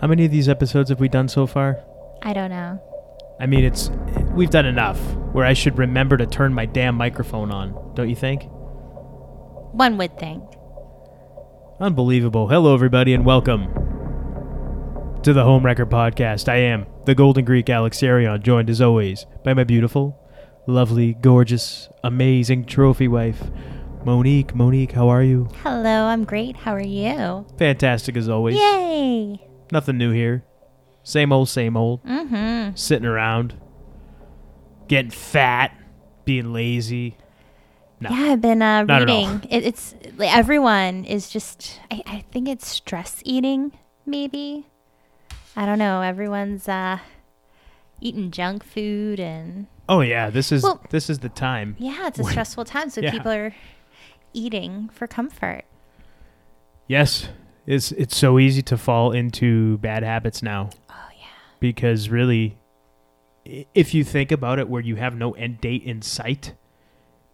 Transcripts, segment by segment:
How many of these episodes have we done so far? I don't know. I mean, it's we've done enough where I should remember to turn my damn microphone on, don't you think? One would think. Unbelievable. Hello, everybody, and welcome to the Home Record Podcast. I am the Golden Greek Alex Arion, joined as always by my beautiful, lovely, gorgeous, amazing trophy wife, Monique. Monique, how are you? Hello, I'm great. How are you? Fantastic as always. Yay! Nothing new here. Same old, same old. Mm-hmm. Sitting around, getting fat, being lazy. No. Yeah, I've been uh, Not at all. reading. It, it's like, everyone is just. I, I think it's stress eating, maybe. I don't know. Everyone's uh, eating junk food, and Oh yeah, this is Well- this is the time. yeah, it's a Wait. stressful time. So Yeah. people are eating for comfort. Yes, it's it's so easy to fall into bad habits now. Oh yeah. because really i- if you think about it where you have no end date in sight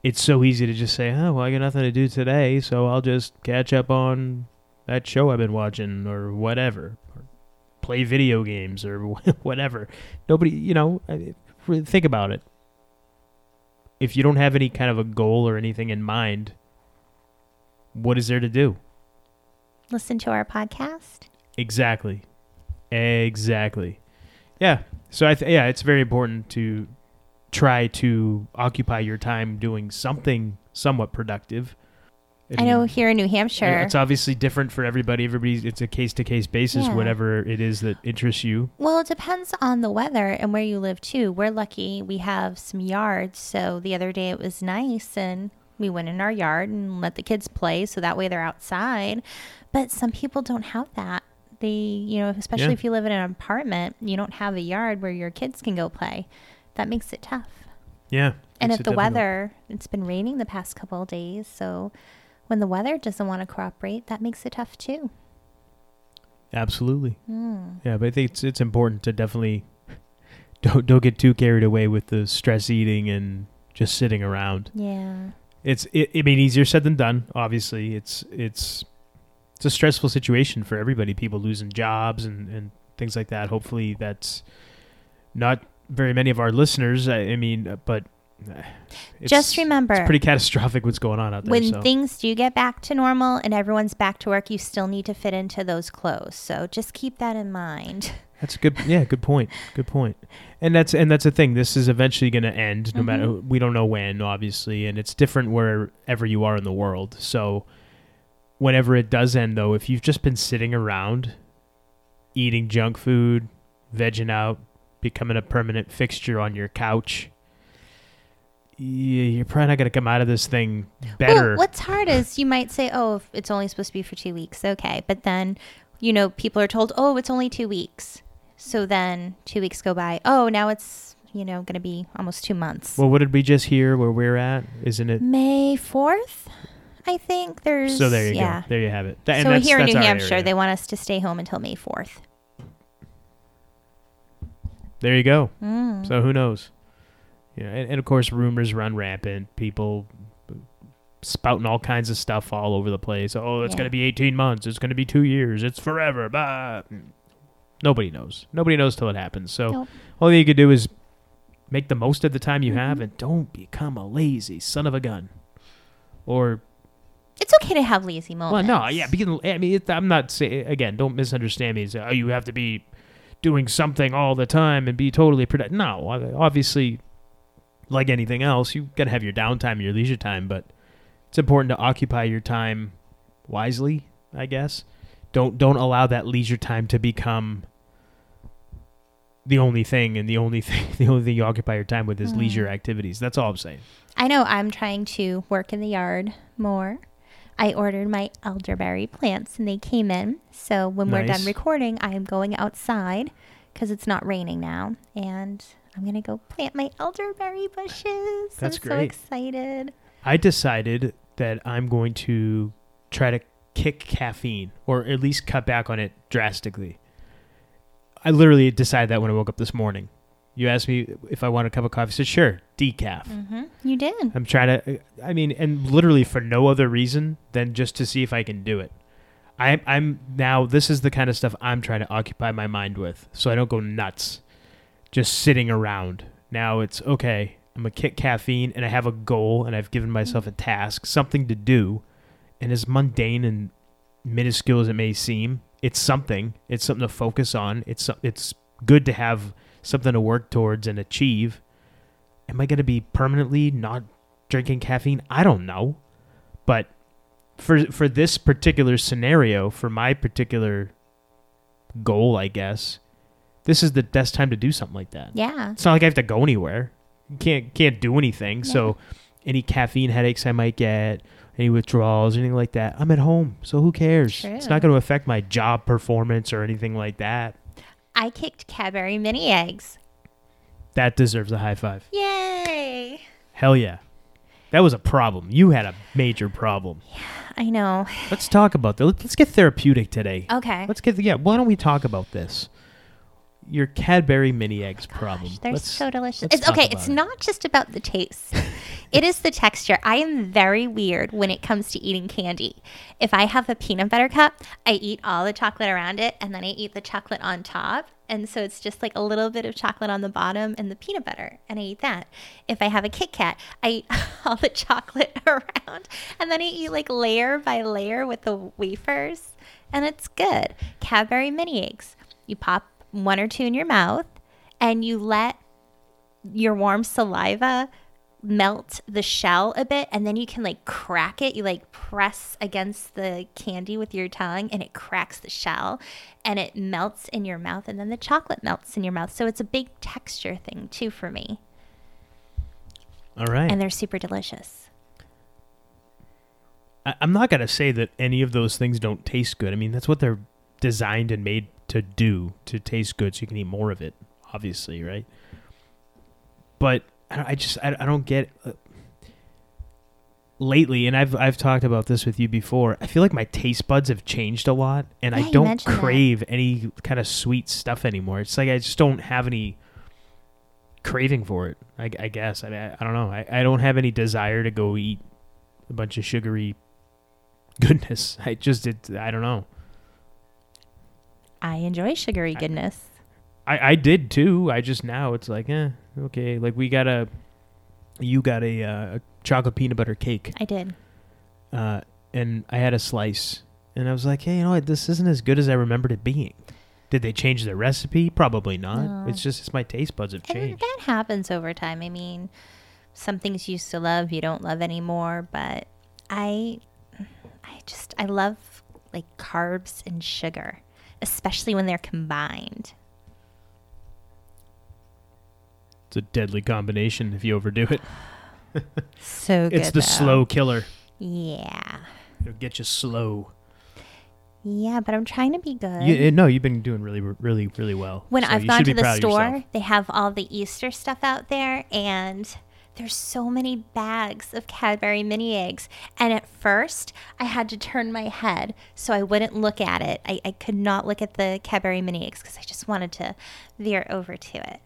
it's so easy to just say oh well i got nothing to do today so i'll just catch up on that show i've been watching or whatever or play video games or whatever nobody you know I- really think about it if you don't have any kind of a goal or anything in mind what is there to do Listen to our podcast. Exactly. Exactly. Yeah. So I th- yeah, it's very important to try to occupy your time doing something somewhat productive. I know mean, here in New Hampshire. It's obviously different for everybody. Everybody's it's a case to case basis, Yeah. whatever it is that interests you. Well, it depends on the weather and where you live too. We're lucky we have some yards, so the other day it was nice and we went in our yard and let the kids play so that way they're outside. But some people don't have that. They, you know, especially Yeah. if you live in an apartment, you don't have a yard where your kids can go play. That makes it tough. Yeah. and It's if a the difficult- weather, it's been raining the past couple of days, so when the weather doesn't want to cooperate, that makes it tough too. Absolutely. Mm. Yeah, but I think it's it's important to definitely don't don't get too carried away with the stress eating and just sitting around. Yeah. it's it, i mean easier said than done obviously it's it's it's a stressful situation for everybody people losing jobs and and things like that hopefully that's not very many of our listeners i, I mean uh, but uh, it's, Just remember. it's pretty catastrophic what's going on out there when so. things do get back to normal and everyone's back to work, you still need to fit into those clothes. So just keep that in mind. That's a good yeah, good point. Good point. And that's and that's the thing. This is eventually going to end no Mm-hmm. matter we don't know when obviously and it's different wherever you are in the world. So whenever it does end though, if you've just been sitting around eating junk food, vegging out, becoming a permanent fixture on your couch, y- you're probably not going to come out of this thing better. Well, what's hard is you might say, "Oh, if it's only supposed to be for 2 weeks." Okay, but then you know, people are told, "Oh, it's only 2 weeks." So then 2 weeks go by. "Oh, now it's, you know, going to be almost 2 months." well, what did we just hear where we're at? Isn't it? May 4th, I think there's So there you yeah. go. There you have it. Th- and so that's- here in that's New our Hampshire, area. they want us to stay home until May 4th. There you go. Mm. So who knows? Yeah, and, and of course rumors run rampant. People spouting all kinds of stuff all over the place. Oh, it's Yeah. going to be 18 months. It's going to be 2 years. It's forever. Blah. Nobody knows. Nobody knows till it happens. So Nope. Mm-hmm. all you can do is make the most of the time you have and don't become a lazy son of a gun. Or It's okay to have lazy moments. well, no, yeah. Begin, I mean, it, I'm not saying again. Don't misunderstand me. Say, oh, you have to be doing something all the time and be totally productive. No, ob- obviously, like anything else, you gotta have your downtime, your leisure time. But it's important to occupy your time wisely, I guess. Don't don't allow that leisure time to become the only thing, and the only thing, the only thing you occupy your time with is leisure activities. That's all I'm saying. I know I'm trying to work in the yard more. I ordered my elderberry plants and they came in. So when we're done Nice. recording, I am going outside because it's not raining now. And I'm going to go plant my elderberry bushes. That's I'm so great. excited. I decided that I'm going to try to kick caffeine or at least cut back on it drastically. I literally decided that when I woke up this morning. You asked me if I want a cup of coffee. I said, sure, decaf. hmm You did. uh, I'm trying to, I mean, and literally for no other reason than just to see if I can do it. I, I'm now. This is the kind of stuff I'm trying to occupy my mind with, so I don't go nuts, just sitting around. Now it's okay. I'm gonna kick caffeine, and I have a goal, and I've given myself a task, something to do, and as mundane and minuscule as it may seem, it's something. It's something to focus on. It's some- it's good to have something to work towards and achieve. Am I gonna be permanently not drinking caffeine? I don't know, but for for this particular scenario, for my particular goal, I guess, this is the best time to do something like that. Yeah. It's not like I have to go anywhere. Can't can't do anything. So any caffeine headaches I might get, any withdrawals, anything like that, I'm at home. So who cares? It's True. not going to affect my job performance or anything like that. I kicked Cadbury mini eggs. That deserves a high five. Yay. Hell yeah. That was a problem. You had a major problem. I know. Let's talk about that. Let's get therapeutic today. Okay. Let's get yeah. Why don't we talk about this? Your Cadbury mini eggs problem. Oh They're Let's- so delicious. let's It's, talk okay, about it's it. not just about the taste. it is the texture. I am very weird when it comes to eating candy. If I have a peanut butter cup, I eat all the chocolate around it and then I eat the chocolate on top. And so it's just like a little bit of chocolate on the bottom and the peanut butter, and I eat that. If I have a Kit Kat, I eat all the chocolate around, and then I eat like layer by layer with the wafers, and it's good. Cadbury mini eggs. You pop one or two in your mouth, and you let your warm saliva melt the shell a bit and then you can like crack it you like press against the candy with your tongue and it cracks the shell and it melts in your mouth and then the chocolate melts in your mouth so it's a big texture thing too for me All right. and they're super delicious I, I'm not gonna say that any of those things don't taste good. I mean, that's what they're designed and made to do to taste good, so you can eat more of it. Obviously, right? But I, don't- I just I, I don't get uh, lately, and I've I've talked about this with you before. I feel like my taste buds have changed a lot, and Yeah, I you don't mentioned that. crave any kind of sweet stuff anymore. It's like I just don't have any craving for it. I, I guess I, mean, I I don't know. I, I don't have any desire to go eat a bunch of sugary goodness. I just it. I don't know. i enjoy sugary goodness I I did too. I just now it's like eh okay. Like we got a, you got a, uh, a chocolate peanut butter cake, i, did uh, and I had a slice, and I was like, hey, you know what? This isn't as good as I remembered it being. Did they change the recipe? Probably not. No. It's just it's my taste buds have and changed. that happens over time i mean some things you used to love you don't love anymore but i i just i love like carbs and sugar especially when they're combined It's a deadly combination if you overdo it. so good It's the though. slow killer. yeah It'll get you slow. yeah but i'm trying to be good You, eh, no, you've been doing really, really, really well. when So I've you gone should to be proud the of store, yourself. they have all the Easter stuff out there, and there's so many bags of Cadbury mini eggs. And at first, I had to turn my head so I wouldn't look at it. I, I could not look at the Cadbury mini eggs because I just wanted to veer over to it.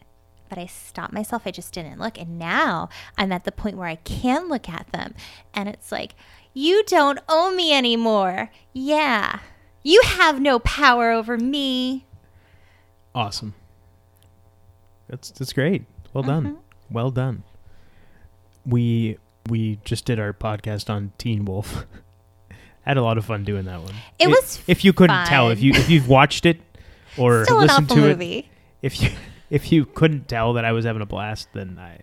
But I stopped myself. I just didn't look. And now I'm at the point where I can look at them. And it's like, you don't owe me anymore. Yeah. You have no power over me. Awesome. That's that's great. Well done. Mm-hmm. Well done. We we just did our podcast on Teen Wolf. Had a lot of fun doing that one. It was If you couldn't tell, if fun. you if you've watched it or Still an listened awful to it, movie. if you if you couldn't tell that I was having a blast, then I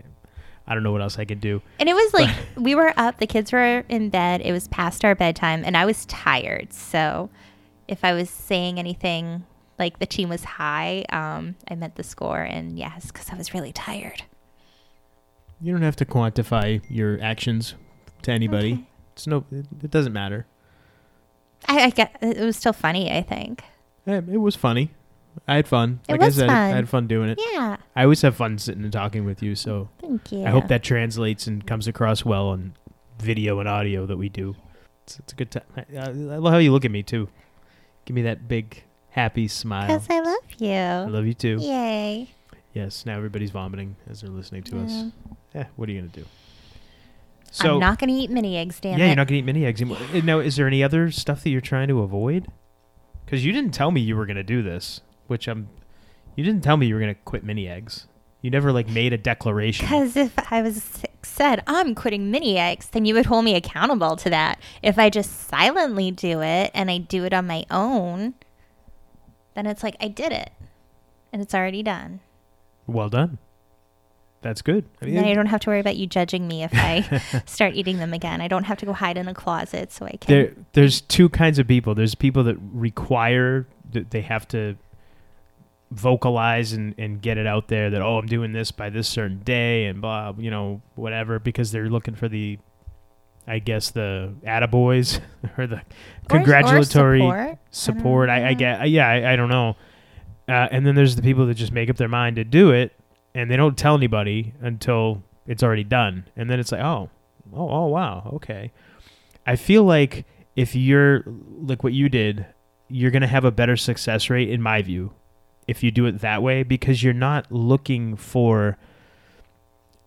I don't know what else I could do. And it was like we were up, the kids were in bed, it was past our bedtime, and I was tired. So if I was saying anything like the team was high, um, I meant the score, and yes, because I was really tired. You don't have to quantify your actions to anybody. It's no it, it doesn't matter. I, I get it was still funny, I think. Eh, It was funny. I had fun. It like was I said, fun. I had fun doing it. Yeah, I always have fun sitting and talking with you, so thank you. I hope that translates and comes across well on video and audio that we do. It's, it's a good time. I, I love how you look at me too. Give me that big happy smile. because I love you. uh, I love you too. Yay. Yes. Now everybody's vomiting as they're listening to us. Yeah. Yeah. What are you gonna do? So I'm not gonna eat mini eggs, damn yeah, it. you're not gonna eat mini eggs anymore. Uh, Now, is there any other stuff that you're trying to avoid? Because you didn't tell me you were gonna do this, which I'm. You didn't tell me you were gonna quit mini eggs. You never like made a declaration. Because if I was said I'm quitting mini eggs, then you would hold me accountable to that. If I just silently do it and I do it on my own, then it's like I did it, and it's already done. Well done. That's good. I mean, Then I don't have to worry about you judging me if I start eating them again. I don't have to go hide in a closet so I can. there there's two kinds of people there's people that require that they have to vocalize and, and get it out there that oh i'm doing this by this certain day and blah you know whatever because they're looking for the i guess the attaboys or the Or- or congratulatory support. support. I, I, get, yeah, I, I don't know. Uh, and then there's the people that just make up their mind to do it, and they don't tell anybody until it's already done, and then it's like, oh, oh, oh, wow, okay. I feel like if you're like what you did, you're gonna have a better success rate in my view if you do it that way because you're not looking for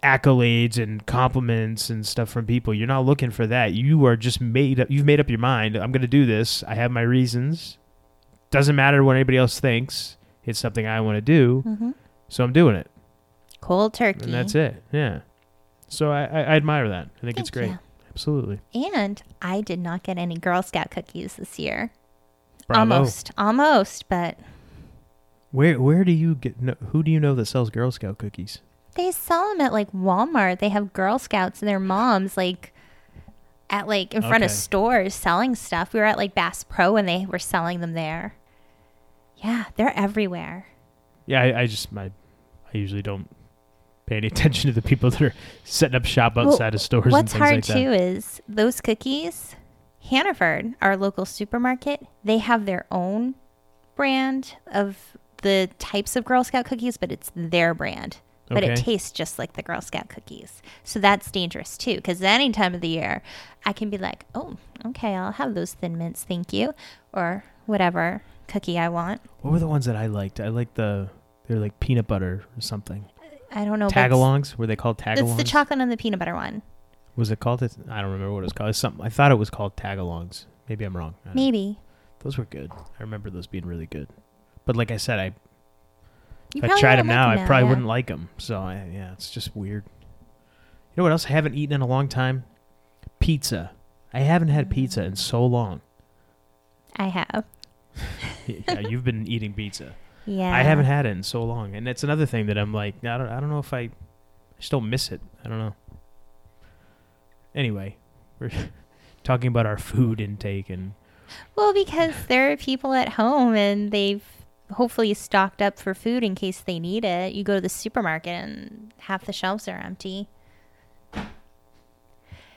accolades and compliments and stuff from people. You're not looking for that. You are just made up. You've made up your mind. I'm going to do this. I have my reasons. Doesn't matter what anybody else thinks. It's something I want to do, Mhm. so I'm doing it, Cold turkey. and that's it. Yeah. So I, I, I admire that. I think it's Thank great. Absolutely. And I did not get any Girl Scout cookies this year. Bravo. Almost, almost, but Where where do you get? No, who do you know that sells Girl Scout cookies? they sell them at like Walmart. They have Girl Scouts and their moms like at like in front of Okay. stores selling stuff. We were at like Bass Pro and they were selling them there. Yeah, they're everywhere. Yeah, I, I just my I usually don't pay any attention to the people that are setting up shop Well, outside of stores and What's things hard like that. too is those cookies. Hannaford, our local supermarket, they have their own brand of the types of Girl Scout cookies, but it's their brand. But it Okay. tastes just like the Girl Scout cookies. So that's dangerous too, because any time of the year, I can be like, oh, okay, I'll have those thin mints, thank you, or whatever cookie I want. What were the ones that I liked? I liked the they're like peanut butter or something. I don't know. but it's- Tagalongs? Were they called Oh, It's tagalongs? the chocolate and the peanut butter one. was it called? It's, I don't remember what it was called. It's something I thought it was called tagalongs. Maybe I'm wrong. I don't- Maybe. Those were good. I remember those being really good. But like I said, I You if I probably tried won't them like now, I probably yeah. wouldn't like them. So I, yeah, it's just weird. You know what else I haven't eaten in a long time? Pizza. I haven't had pizza in so long. I have. yeah, you've been eating pizza. Yeah. I haven't had it in so long, and it's another thing that I'm like, I don't, I don't know if I, I just don't miss it. I don't know. Anyway, we're talking about our food intake, and Well, because there are people at home and they've hopefully stocked up for food in case they need it. You go to the supermarket and half the shelves are empty.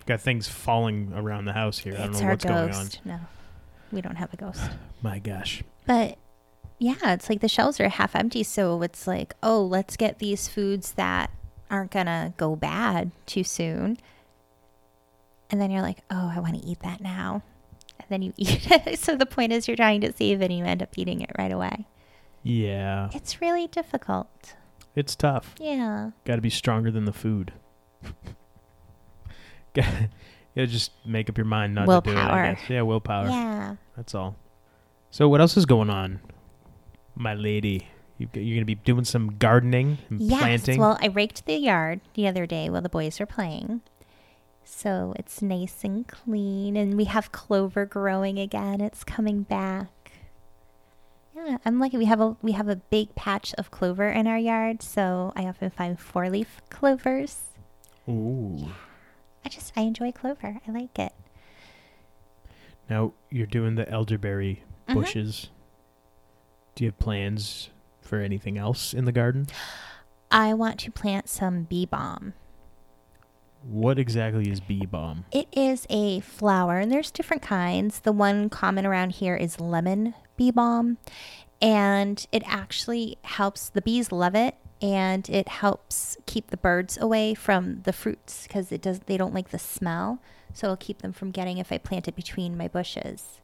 got things falling around the house here. I don't it's know our what's going on. ghost. No, we don't have a ghost. My gosh, But yeah, it's like the shelves are half empty. So it's like, oh, let's get these foods that aren't going to go bad too soon. And then you're like, oh, I want to eat that now. And then you eat it. So the point is, you're trying to save and you end up eating it right away. yeah, It's really difficult. it's tough. Yeah. Got to be stronger than the food. Got to just make up your mind not to do it. I Willpower. guess. Yeah, willpower. Yeah. That's all. So what else is going on, my lady? You, you're gonna be doing some gardening and Yes. planting. Well, I raked the yard the other day while the boys were playing. So it's nice and clean. And we have clover growing again. It's coming back. Yeah, I'm lucky. We have a we have a big patch of clover in our yard, so I often find four leaf clovers. Ooh. I just I enjoy clover. I like it. Now you're doing the elderberry Mhm. bushes. Do you have plans for anything else in the garden? I want to plant some bee balm. What exactly is bee balm? It is a flower, and there's different kinds. The one common around here is lemon bee balm, and it actually helps the bees love it, and it helps keep the birds away from the fruits because it does. They don't like the smell, so it'll keep them from getting if I plant it between my bushes.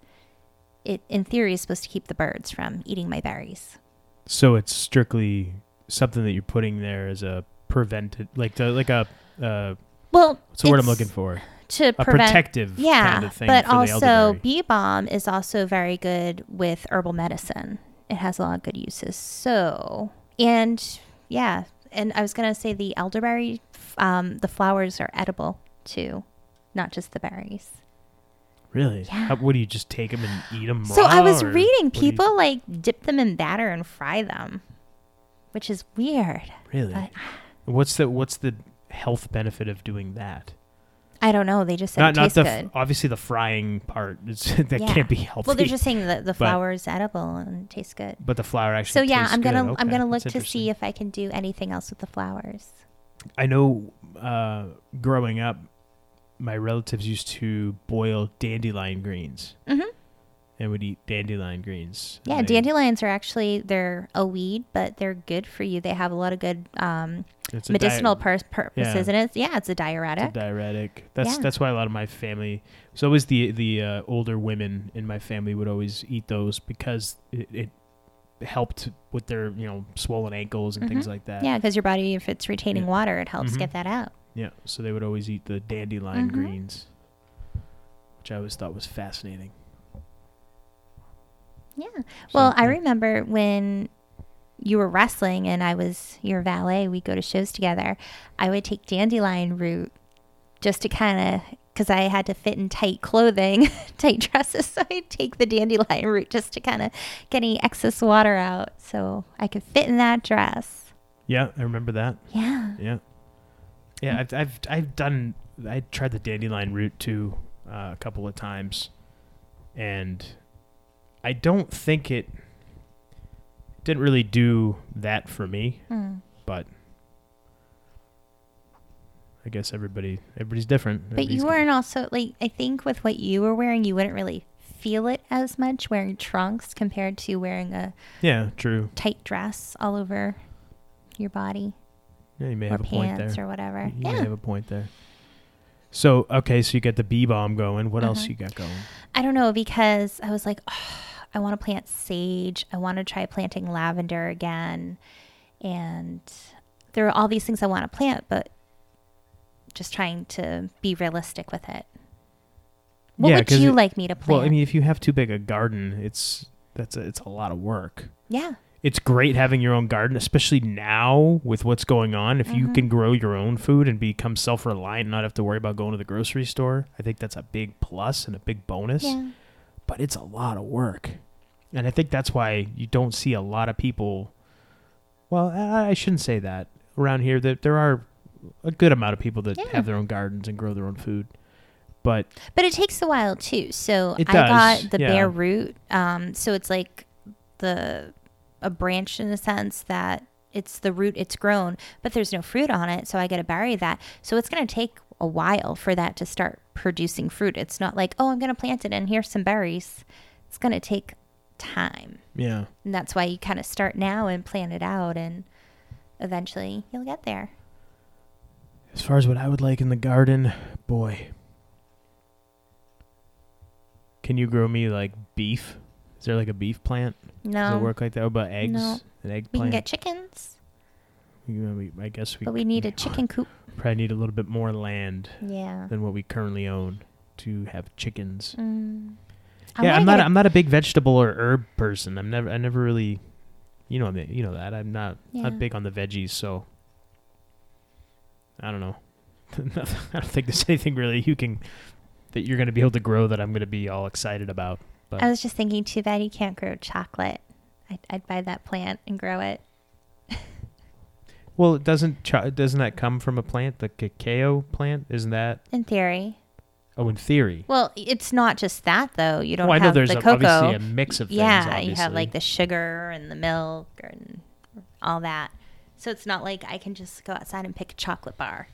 It, in theory, is supposed to keep the birds from eating my berries. So it's strictly something that you're putting there as a prevented, like to, like a uh, Well, what's the word I'm it's- looking for? to a prevent protective yeah, kind of thing but for the also elderberry. bee balm is also very good with herbal medicine. It has a lot of good uses. So and yeah, and I was gonna say the elderberry, um, the flowers are edible too, not just the berries. really? Yeah. How, what do you just take them and eat them? So I was reading people like dip them in batter and fry them, which is weird. really. but- what's the what's the health benefit of doing that? I don't know. They just said not it not tastes the good. f- obviously the frying part is, that Yeah. can't be healthy. well, they're just saying that the flower is edible and tastes good. but the flour So actually. yeah, tastes I'm gonna good. Okay, I'm gonna look that's to interesting. see if I can do anything else with the flowers. I know. Uh, growing up, my relatives used to boil dandelion greens Mhm. and would eat dandelion greens. and Yeah, they- dandelions are actually they're a weed, but they're good for you. They have a lot of good um, it's a diet- medicinal pur- purposes, yeah. and it's yeah, it's a It's a diuretic. diuretic. That's Yeah. that's why a lot of my family. It was always the the uh, older women in my family would always eat those because it, it helped with their you know swollen ankles and things Mhm. like that. yeah, because your body, if it's retaining Yeah. water, it helps Mhm. get that out. Yeah, So they would always eat the dandelion Mhm. greens, which I always thought was fascinating. Yeah. So, Well, I yeah. remember when you were wrestling and I was your valet, we go to shows together. I would take dandelion root just to kind of because I had to fit in tight clothing, tight dresses. So I'd take the dandelion root just to kind of get any excess water out so I could fit in that dress. Yeah, I remember that. Yeah. Yeah. Yeah, I've I've I've done I tried the dandelion root too uh, a couple of times, and I don't think it didn't really do that for me. Mm. But I guess everybody everybody's different. But Everybody's you weren't also like, I think with what you were wearing, you wouldn't really feel it as much wearing trunks compared to wearing a different. yeah, true. tight dress all over your body. Yeah, you may or have a point there. pants or whatever. You may yeah. have a point there. So okay, so you got the bee bomb going. What else Uh-huh. you got going? I don't know because I was like, "Ugh, I want to plant sage. I want to try planting lavender again. And there are all these things I want to plant, but just trying to be realistic with it. What Yeah, would 'cause you it- like me to plant? Well, I mean, if you have too big a garden, it's that's a, it's a lot of work. yeah. It's great having your own garden, especially now with what's going on. If you Mhm. can grow your own food and become self-reliant, not have to worry about going to the grocery store, I think that's a big plus and a big bonus. Yeah. But it's a lot of work, and I think that's why you don't see a lot of people. Well, I I shouldn't say that around here. That there are a good amount of people that Yeah. have their own gardens and grow their own food, but But it takes a while too. So It I does, got the yeah. bare root. Um, so it's like the a branch in a sense that it's the root it's grown, but there's no fruit on it, so I got to bury that. So it's going to take a while for that to start producing fruit. It's not like oh, I'm going to plant it and here's some berries. It's going to take time, yeah. and that's why you kind of start now and plan it out, and eventually you'll get there. As far as what I would like in the garden, boy. Can you grow me like beef? Is there like a beef plant? Does No, it work like that? What about eggs? no. An egg we can plant? get chickens, You know, we- I guess we, but we need a chicken coop. probably need a little bit more land Yeah. than what we currently own to have chickens. Mm. I yeah, wanna I'm get not a- i I'm not a big vegetable or herb person. I'm never I never really you know me, you know that. I'm not Yeah. not big on the veggies, so I don't know. I don't think there's anything really you can that you're going to be able to grow that I'm going to be all excited about. I was just thinking, too bad you can't grow chocolate. I'd, I'd buy that plant and grow it. Well, it doesn't cho- doesn't that come from a plant, the cacao plant? Isn't that? In theory, Oh, in theory. well, it's not just that though. You don't well, Oh, I know have there's the a, cocoa. obviously a mix of things. yeah, you have obviously. like the sugar and the milk and all that. So it's not like I can just go outside and pick a chocolate bar.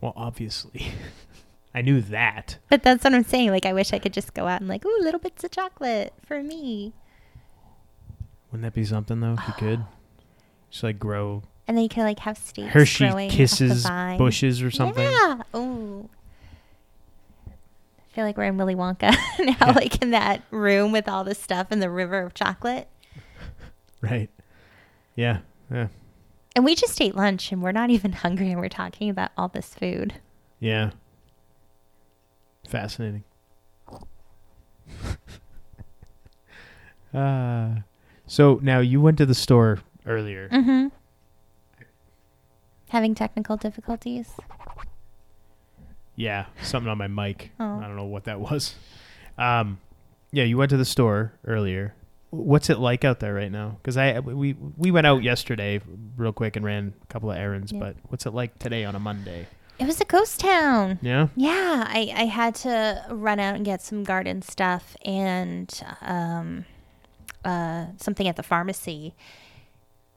Well, obviously, I knew that. But that's what I'm saying. Like I wish I could just go out and like, ooh, little bits of chocolate for me, Wouldn't that be something though? If you could, just like grow and then you could like have steaks Hershey growing off the kisses vine. bushes or something. Yeah. Ooh. I feel like we're in Willy Wonka now, Yeah. like in that room with all this stuff and the river of chocolate. Right. Yeah. Yeah. And we just ate lunch and we're not even hungry and we're talking about all this food. Yeah. Fascinating. uh, so now you went to the store earlier. Mm-hmm. Having technical difficulties. Yeah, something on my mic. Oh. I don't know what that was. Um, yeah, you went to the store earlier. What's it like out there right now? Because I we we went out yesterday real quick and ran a couple of errands. Yeah. But what's it like today on a Monday? It was a ghost town. Yeah. Yeah, I, I had to run out and get some garden stuff and um, uh, something at the pharmacy.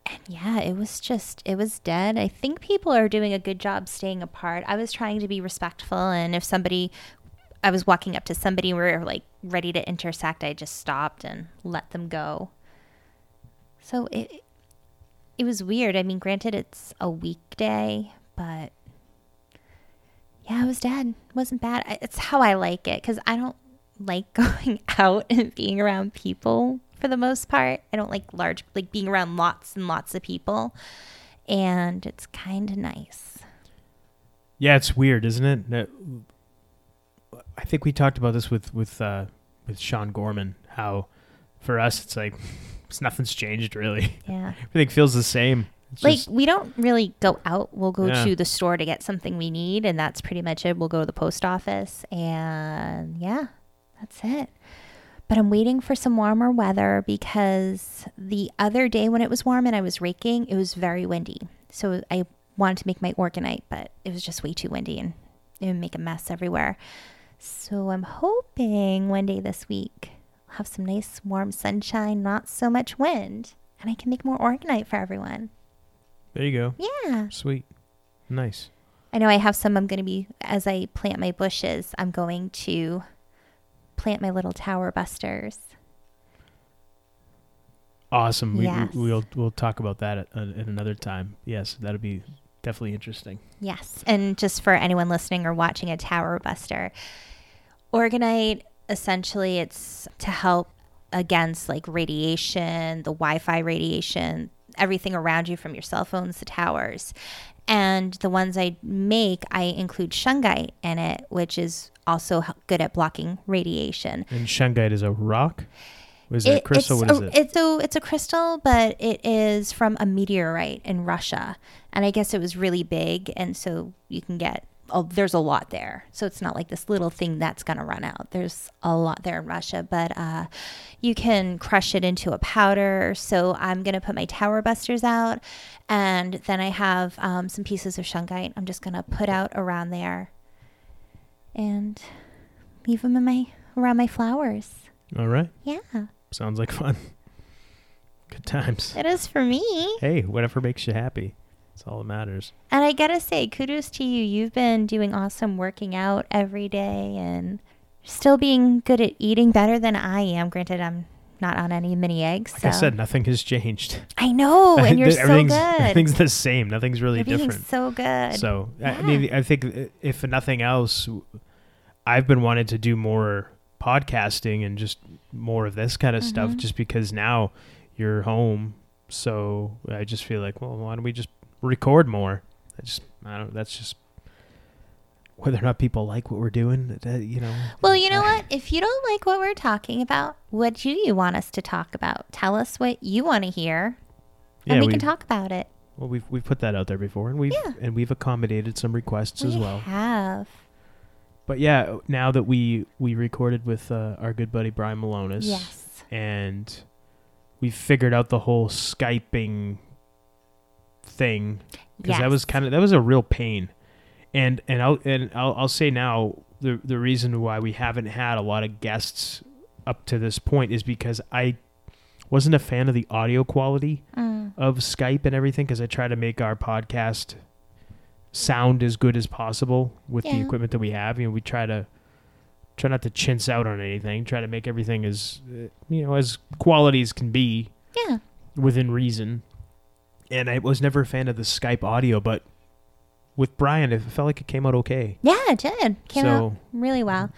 And yeah, it was just, it was dead. I think people are doing a good job staying apart. I was trying to be respectful, and if somebody, I was walking up to somebody, we were like ready to intersect, I just stopped and let them go. So it, it was weird. I mean, granted, it's a weekday, but yeah, it was dead. It wasn't bad. I- It's how I like it because I don't like going out and being around people for the most part. I don't like large, like being around lots and lots of people. And it's kind of nice. Yeah, it's weird, isn't it? That- I think we talked about this with with uh, with Sean Gorman. How for us, it's like it's nothing's changed really. Yeah. Everything feels the same. It's like, just- we don't really go out. We'll go Yeah. to the store to get something we need. And that's pretty much it. We'll go to the post office. And yeah, that's it. But I'm waiting for some warmer weather because the other day when it was warm and I was raking, it was very windy. So I wanted to make my organite, but it was just way too windy and it would make a mess everywhere. So I'm hoping one day this week I'll have some nice warm sunshine, not so much wind, and I can make more organite for everyone. there you go. Yeah. Sweet, nice. I know I have some I'm going to be, as I plant my bushes, I'm going to plant my little tower busters. Awesome. We, Yes. we, will we'll talk about that at, at another time. Yes, that'll be definitely interesting. Yes. And just for anyone listening or watching a tower buster, Organite essentially it's to help against like radiation, the Wi-Fi radiation, everything around you from your cell phones, the towers. And the ones I make, I include shungite in it, which is also h- good at blocking radiation. And shungite is a rock. What is it, a It- crystal? It's What is a, it? It's a, it's a crystal, but it is from a meteorite in Russia. And I guess it was really big. And so you can get, oh, there's a lot there. So it's not like this little thing that's going to run out. There's a lot there in Russia, but uh, you can crush it into a powder. So I'm going to put my tower busters out. And then I have um, some pieces of shungite I'm just going to put out around there and leave them in my, around my flowers. All right. Yeah. Sounds like fun. Good times. It is for me. Hey, whatever makes you happy. That's all that matters. And I gotta say, kudos to you. You've been doing awesome working out every day and still being good at eating better than I am. Granted, I'm not on any mini eggs. Like so. I said, nothing has changed. I know, and you're so everything's, good. Everything's the same. Nothing's really you're being different. so good. So I I Yeah. mean, I think i- if nothing else, w- I've been wanting to do more podcasting and just more of this kind of stuff, Mhm. just because now you're home. So I just feel like, well, why don't we just record more? I just, I don't. That's just whether or not people like what we're doing. That, you know. well, you know what? If you don't like what we're talking about, what do you want us to talk about? Tell us what you want to hear, and Yeah, we, we- can talk about it. Well, we've we've put that out there before, and we've Yeah. and we've accommodated some requests we as well. have. But yeah, now that we we recorded with uh, our good buddy Brian Malonis, Yes. and we figured out the whole skyping thing because that was Yes. kind of that was a real pain and and i'll and I'll, I'll say now the the reason why we haven't had a lot of guests up to this point is because i wasn't a fan of the audio quality Mm. of skype and everything because i try to make our podcast sound as good as possible with the Yeah. equipment that we have you know we try to try not to chintz out on anything try to make everything as uh, you know as quality as can be Yeah. within reason. And I was never a fan of the Skype audio, but with Brian, it felt like it came out okay. Yeah, it did. Came out so really well.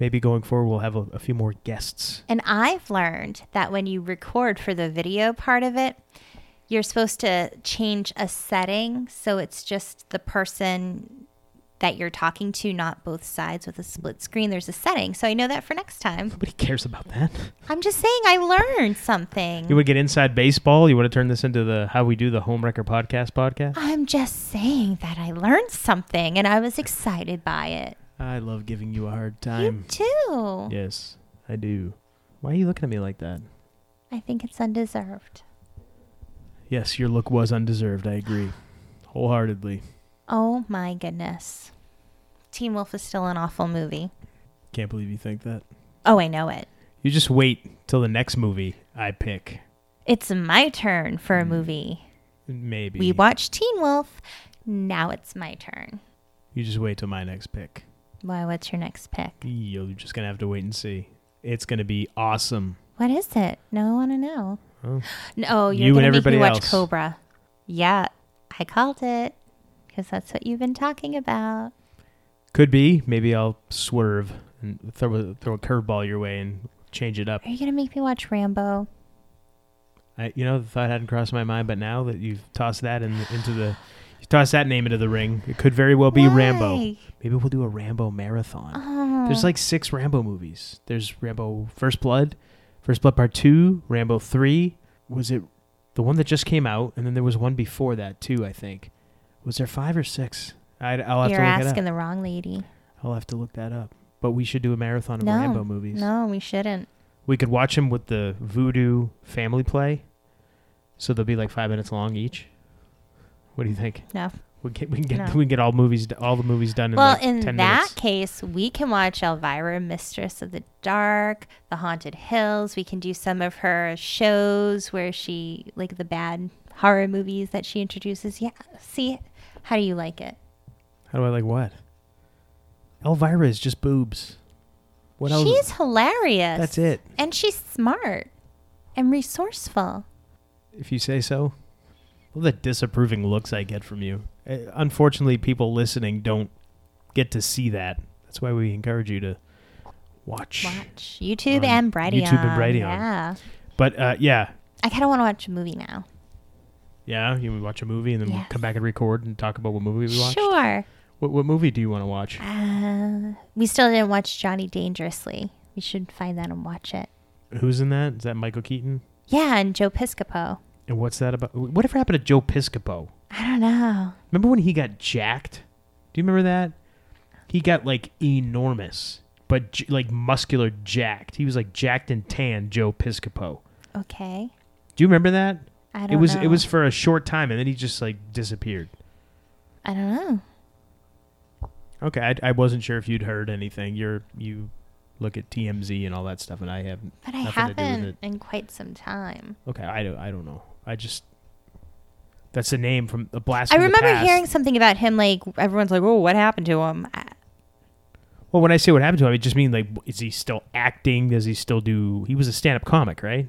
maybe going forward, we'll have a, a few more guests. And I've learned that when you record for the video part of it, you're supposed to change a setting so it's just the person that you're talking to, not both sides with a split screen. There's a setting. So I know that for next time. Nobody cares about that. I'm just saying I learned something. You would get inside baseball. You would have turned this into the how we do the home record podcast podcast. I'm just saying that I learned something and I was excited by it. I love giving you a hard time. Too. Yes, I do. Why are you looking at me like that? I think it's undeserved. Yes, your look was undeserved. I agree wholeheartedly. Oh my goodness. Teen Wolf is still an awful movie. Can't believe you think that. Oh, I know it. You just wait till the next movie I pick. It's my turn for Mm, a movie. Maybe. We watched Teen Wolf. Now it's my turn. you just wait till my next pick. Why, what's your next pick? You're just going to have to wait and see. It's going to be awesome. What is it? No, I want to know. Oh. No, you're You going and to make everybody me watch else. Cobra. Yeah, I called it because that's what you've been talking about. Could be. Maybe I'll swerve and throw a, throw a curveball your way and change it up. Are you going to make me watch Rambo? I, you know, the thought hadn't crossed my mind, but now that you've tossed that in, into the, you tossed that name into the ring, it could very well be Rambo. Why? Maybe we'll do a Rambo marathon. Oh. There's like six Rambo movies. There's Rambo First Blood, First Blood Part Two, Rambo Three. Was it the one that just came out? And then there was one before that too. I think. Was there five or six? I, I'll have Oh, You're to look it asking up. the wrong lady. I'll have to look that up. But we should do a marathon of No, Rambo movies. No, we shouldn't. We could watch them with the Voodoo family play. So they'll be like five minutes long each. What do you think? No. We can, we can get No. we can get all movies all the movies done in Well, like in that ten minutes. case, we can watch Elvira, Mistress of the Dark, The Haunted Hills. We can do some of her shows where she, like the bad horror movies that she introduces. Yeah. See, how do you like it? How do I like what? Elvira is just boobs. What else? She's hilarious. That's it. And she's smart and resourceful. If you say so. Well, the disapproving looks I get from you. Uh, Unfortunately, people listening don't get to see that. That's why we encourage you to watch. Watch YouTube On and Brighteon. YouTube and Brighteon. Yeah. But uh, yeah, I kind of want to watch a movie now. yeah, you watch a movie and then Yes. come back and record and talk about what movie we watched. Sure. What, what movie do you want to watch? Uh, we still didn't watch Johnny Dangerously. We should find that and watch it. Who's in that? Is that Michael Keaton? Yeah, and Joe Piscopo. And what's that about? Whatever happened to Joe Piscopo? I don't know. Remember when he got jacked? Do you remember that? He got like enormous, but j- like muscular jacked. He was like jacked and tan Joe Piscopo. Okay. Do you remember that? I don't It was know. it was for a short time and then he just like disappeared. I don't know. Okay, I, I wasn't sure if you'd heard anything. You're you look at TMZ and all that stuff and I haven't. But Nothing I to do with haven't it. in quite some time. Okay, I don't I don't know. I just that's a name from a blast. I from the remember past. hearing something about him, like, everyone's like, oh, what happened to him? I, Well, when I say what happened to him, I just mean like, is he still acting? Does he still do? He was a stand-up comic, right?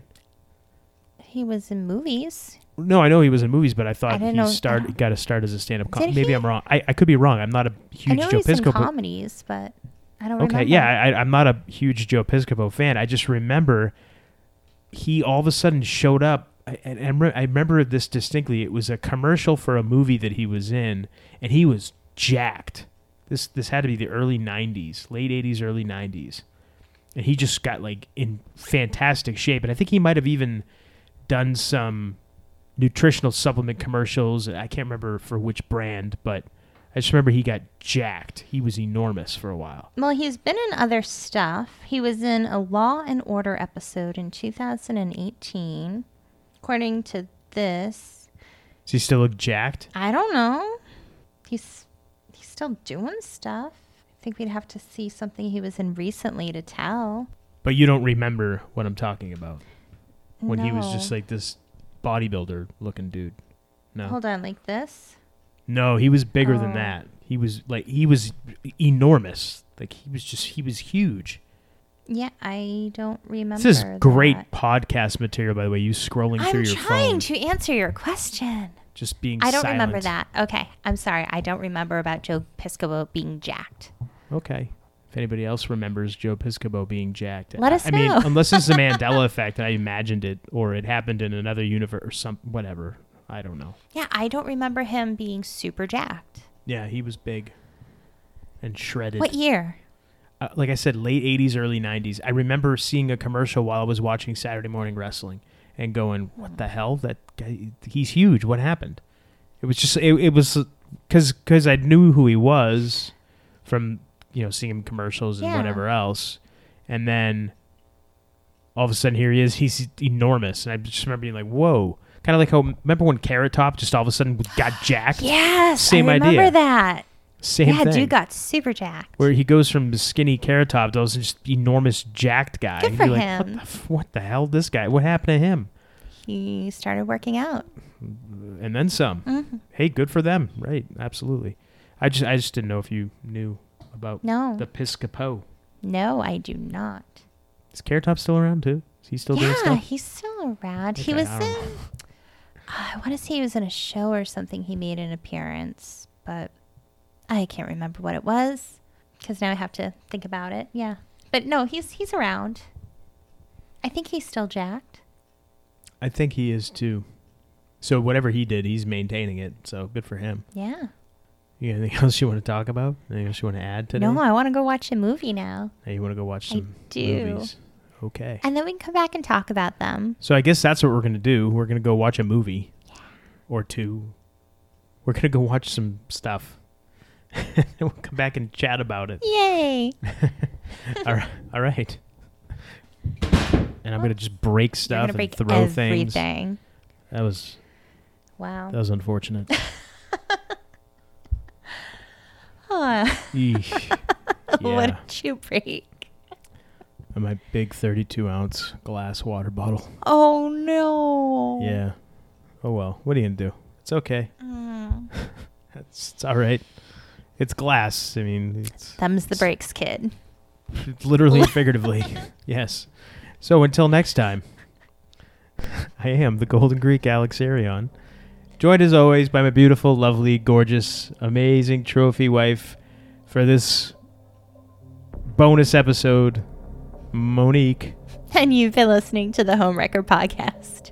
he was in movies. No, I know he was in movies, but I thought didn't he know- started got to start as a stand-up comic. Did Maybe he? I'm wrong. I, I could be wrong. I'm not a I huge know Joe he's in Piscopo. comedies, but I don't okay, remember. yeah, I, I'm not a huge Joe Piscopo fan. I just remember he all of a sudden showed up. I- And and re- I remember this distinctly. It was a commercial for a movie that he was in, and he was jacked. This this had to be the early '90s, late '80s, early '90s, and he just got like in fantastic shape. And I think he might have even done some nutritional supplement commercials. I can't remember for which brand, but I just remember he got jacked. He was enormous for a while. Well, he's been in other stuff. He was in a Law and Order episode in 2018. According to this, Does he still look jacked? I don't know. He's he's still doing stuff. I think we'd have to see something he was in recently to tell. But you don't remember what I'm talking about when he was just uh, No. like this bodybuilder looking dude. No, Hold on, like this? no, he was bigger than Oh. that. He was like he was enormous. Like he was just he was huge. Yeah, I don't remember. this is great that. podcast material, by the way. You scrolling through I'm your trying phone, to answer your question. just being. I don't remember silent. that. Okay, I'm sorry. I don't remember about Joe Piscopo being jacked. Okay. If anybody else remembers Joe Piscopo being jacked, Let I- us I mean, know. unless it's the Mandela effect and I imagined it, or it happened in another universe, or some whatever. I don't know. Yeah, I don't remember him being super jacked. Yeah, he was big. and shredded. What year? Uh, like I said, late 80s, early 90s. I remember seeing a commercial while I was watching Saturday Morning Wrestling and going, what the hell? That guy, he's huge. What happened? It was just, it, it was because cause I knew who he was from, you know, seeing him commercials and Yeah. whatever else. And then all of a sudden here he is. He's enormous. And I just remember being like, whoa. Kind of like how, remember when Carrot Top just all of a sudden got jacked? Yes, Same I remember idea. that. Same yeah, thing. dude got super jacked. where he goes from skinny carrot top to this just enormous jacked guy. Good And for you're like, him. What the, f- what the hell? This guy? What happened to him? he started working out. And then some. Mm-hmm. Hey, good for them. Right? Absolutely. I just I just didn't know if you knew about No, the Piscopo. no, I do not. Is carrot top still around too? Is he still doing Yeah, stuff? he's still around. he Okay, was I in. don't know. I want to say he was in a show or something. He made an appearance, but I can't remember what it was because now I have to think about it. Yeah, but no, he's he's around. I think he's still jacked. I think he is too. So whatever he did, he's maintaining it. So good for him. Yeah. You got anything else you want to talk about? Anything else you want to add today? No, I want to go watch a movie now, Hey, you want to go watch I some do. movies? Okay. and then we can come back and talk about them. So I guess that's what we're gonna do. We're gonna go watch a movie, or two. We're gonna go watch some stuff, and we'll come back and chat about it. Yay! all right, all right. And I'm gonna just break You're stuff gonna and break throw everything. things. That was Wow. that was unfortunate. Huh. Eesh. What Uh, yeah, did you break? and my big 32 ounce glass water bottle. Oh no. Yeah. Oh well, what are you gonna do? It's okay. Mm. It's, it's all right. It's glass. I mean, it's Thumbs the brakes, kid. literally and figuratively. yes. So until next time, I am the Golden Greek Alex Arion, joined as always by my beautiful, lovely, gorgeous, amazing trophy wife for this bonus episode, Monique. And you've been listening to the Home Record Podcast.